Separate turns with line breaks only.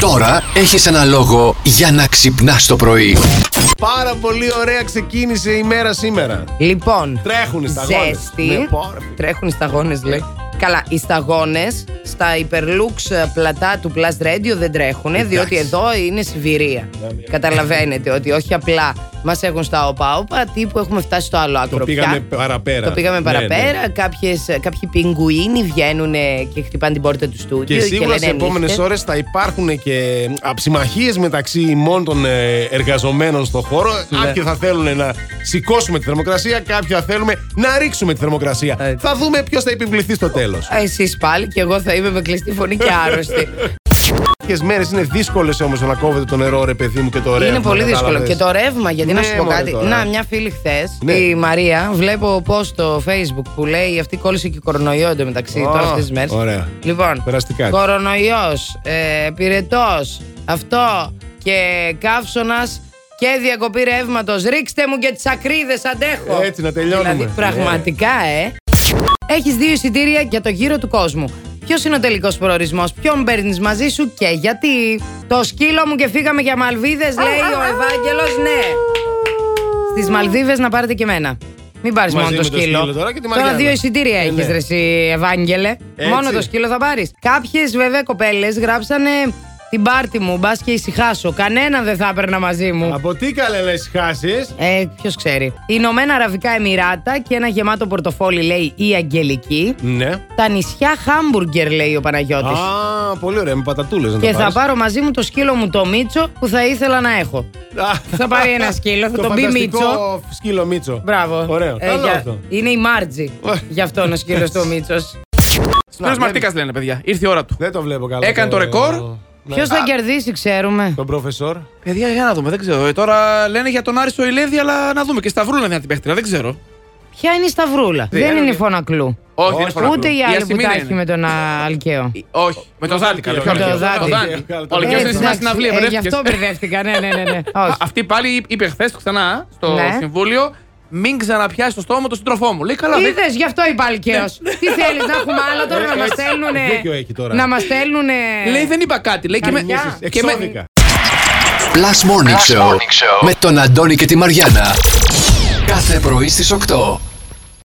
Τώρα έχεις ένα λόγο για να ξυπνάς το πρωί.
Πάρα πολύ ωραία ξεκίνησε η μέρα σήμερα.
Λοιπόν,
Τρέχουνε σταγόνες. Ναι,
ζέστη.
πόρε.
Τρέχουν οι σταγόνε,
Ναι.
λέει. Καλά, οι σταγόνες στα Hyperlux ε, πλατά του Plus Radio δεν τρέχουν, διότι εδώ είναι Σιβηρία.
Ναι,
Καταλαβαίνετε ότι όχι απλά μας έχουν στα οπα-οπα, τύπου έχουμε φτάσει στο άλλο άκρο.
Το
πια.
πήγαμε παραπέρα.
Το πήγαμε
Ναι, ναι.
παραπέρα. Κάποιες, κάποιοι πιγκουίνοι βγαίνουν ε, και χτυπάνε την πόρτα του στούντιο.
Και σίγουρα
λένε
σε επόμενε
«Νύχτες».
ώρες θα υπάρχουν και αψημαχίες μεταξύ ημών των ε, εργαζομένων στον χώρο.
Ναι.
Κάποιοι θα θέλουν να σηκώσουμε τη θερμοκρασία, κάποιοι θα θέλουμε να ρίξουμε τη θερμοκρασία.
Έτσι.
Θα δούμε ποιος θα επιβληθεί στο τέλος.
Ε, Εσείς πάλι και εγώ θα είμαι με κλειστή φωνή και άρρωστη.
Κάποιες μέρες είναι δύσκολες όμως το να κόβεται το νερό, ρε παιδί μου, και το ρεύμα.
Είναι πολύ δύσκολο.
κατάλαβες.
Και το ρεύμα, γιατί να
Ναι,
σου πω
μωρέ,
κάτι.
τώρα.
Να, μια φίλη χθες,
Ναι.
η Μαρία, βλέπω πώ στο Facebook που λέει αυτή κόλλησε και κορονοϊό εντωμεταξύ
Ω,
τώρα αυτές τις μέρες.
ωραία.
Λοιπόν,
Περαστικά.
κορονοϊός, ε, πυρετός, αυτό και καύσωνας και διακοπή ρεύματος. Ρίξτε μου και τις ακρίδες, αντέχω.
Έτσι, να τελειώνουμε.
Δηλαδή, πραγματικά, ε. Έχεις δύο εισιτήρια για το γύρο του κόσμου. Ποιος είναι ο τελικός προορισμός, ποιον παίρνεις μαζί σου και γιατί. Το σκύλο μου και φύγαμε για Μαλβίδες, λέει ο Ευάγγελος, ναι. Στις Μαλδίβες να πάρετε και εμένα. Μην πάρεις
Μαζί
μόνο το
με το
σκύλο.
σκύλο τώρα και τη Μαριάννα.
δύο εισιτήρια
Ε,
έχεις,
ναι.
ρε, εσύ, Ευάγγελε.
Έτσι.
Μόνο το σκύλο θα πάρεις. Κάποιες βέβαια κοπέλες γράψανε την πάρτι μου, μπας και ησυχάσω. Κανέναν δεν θα έπαιρνα μαζί μου.
Από τι καλέ να ησυχάσεις.
Ε, Ποιος ξέρει. Ηνωμένα Αραβικά Εμμυράτα και ένα γεμάτο πορτοφόλι, λέει η Αγγελική.
Ναι.
Τα νησιά Χάμπουργκερ, λέει ο Παναγιώτης
Α, πολύ ωραία, με πατατούλες να
Και
τα
θα
πάρεις.
πάρω μαζί μου το σκύλο μου το Μίτσο που θα ήθελα να έχω.
Α,
θα πάρει ένα σκύλο, θα
το
τον πει
φανταστικό
Μίτσο.
Σκύλο Μίτσο.
Μπράβο.
Ωραίο.
Ε,
Καλό
για-
αυτό. Ναι.
Είναι η Μάρτζη. Γι' αυτόν ο σκύλος του Μίτσος.
Σπύρος
Να,
Μαρτίκας λένε, παιδιά. Ήρθε η ώρα του.
Δεν το βλέπω καλά.
Έκανε το ρεκόρ.
Ναι.
Ποιος θα κερδίσει, ξέρουμε.
Τον προφεσόρ.
Παιδιά, για να δούμε, δεν ξέρω. Ε, Τώρα λένε για τον Άριστο Ηλέδη, αλλά να δούμε. Και Σταυρούλα είναι την παίχτρια, δεν ξέρω.
Ποια είναι η Σταυρούλα. Δεν
είναι
είναι η
και-
φωνακλού.
Όχι,
Όχι,
είναι φωνάκλου.
Ούτε η άλλη που
Ασημίνα
τα
είναι.
έχει με τον α, Αλκαίο.
Όχι, με τον Δάντη.
Με
καλά,
τον
ποιο άλλο.
Δάντη.
Τον Δάντη. Ο Αλκαίος
Ε,
είναι σήμερα
εντάξει,
στην αυλή,
ε, Γι'
μπερδεύτηκες.
αυτό μπερδεύτηκα, ναι, ναι, ναι. ναι. Όχι.
Α, Αυτή πάλι είπε χθες ξανά στο
Ναι.
συμβούλιο. Μην ξαναπιάσει στο στόμα τον σύντροφό μου. Λέει καλά, δεν
Είδες, γι' αυτό είπα Αλκαίο. Τι θέλεις να έχουμε άλλα τώρα να μα
Ναι. Έτσι,
στέλνουν.
δίκιο έχει τώρα.
Να μας στέλνουν.
Λέει δεν είπα κάτι. Λέει και με.
Καρδιά.
Και με...
Εξώδικα.
Plus Morning, Show, με τον Αντώνη και τη Μαριάνα. Κάθε πρωί στις 8.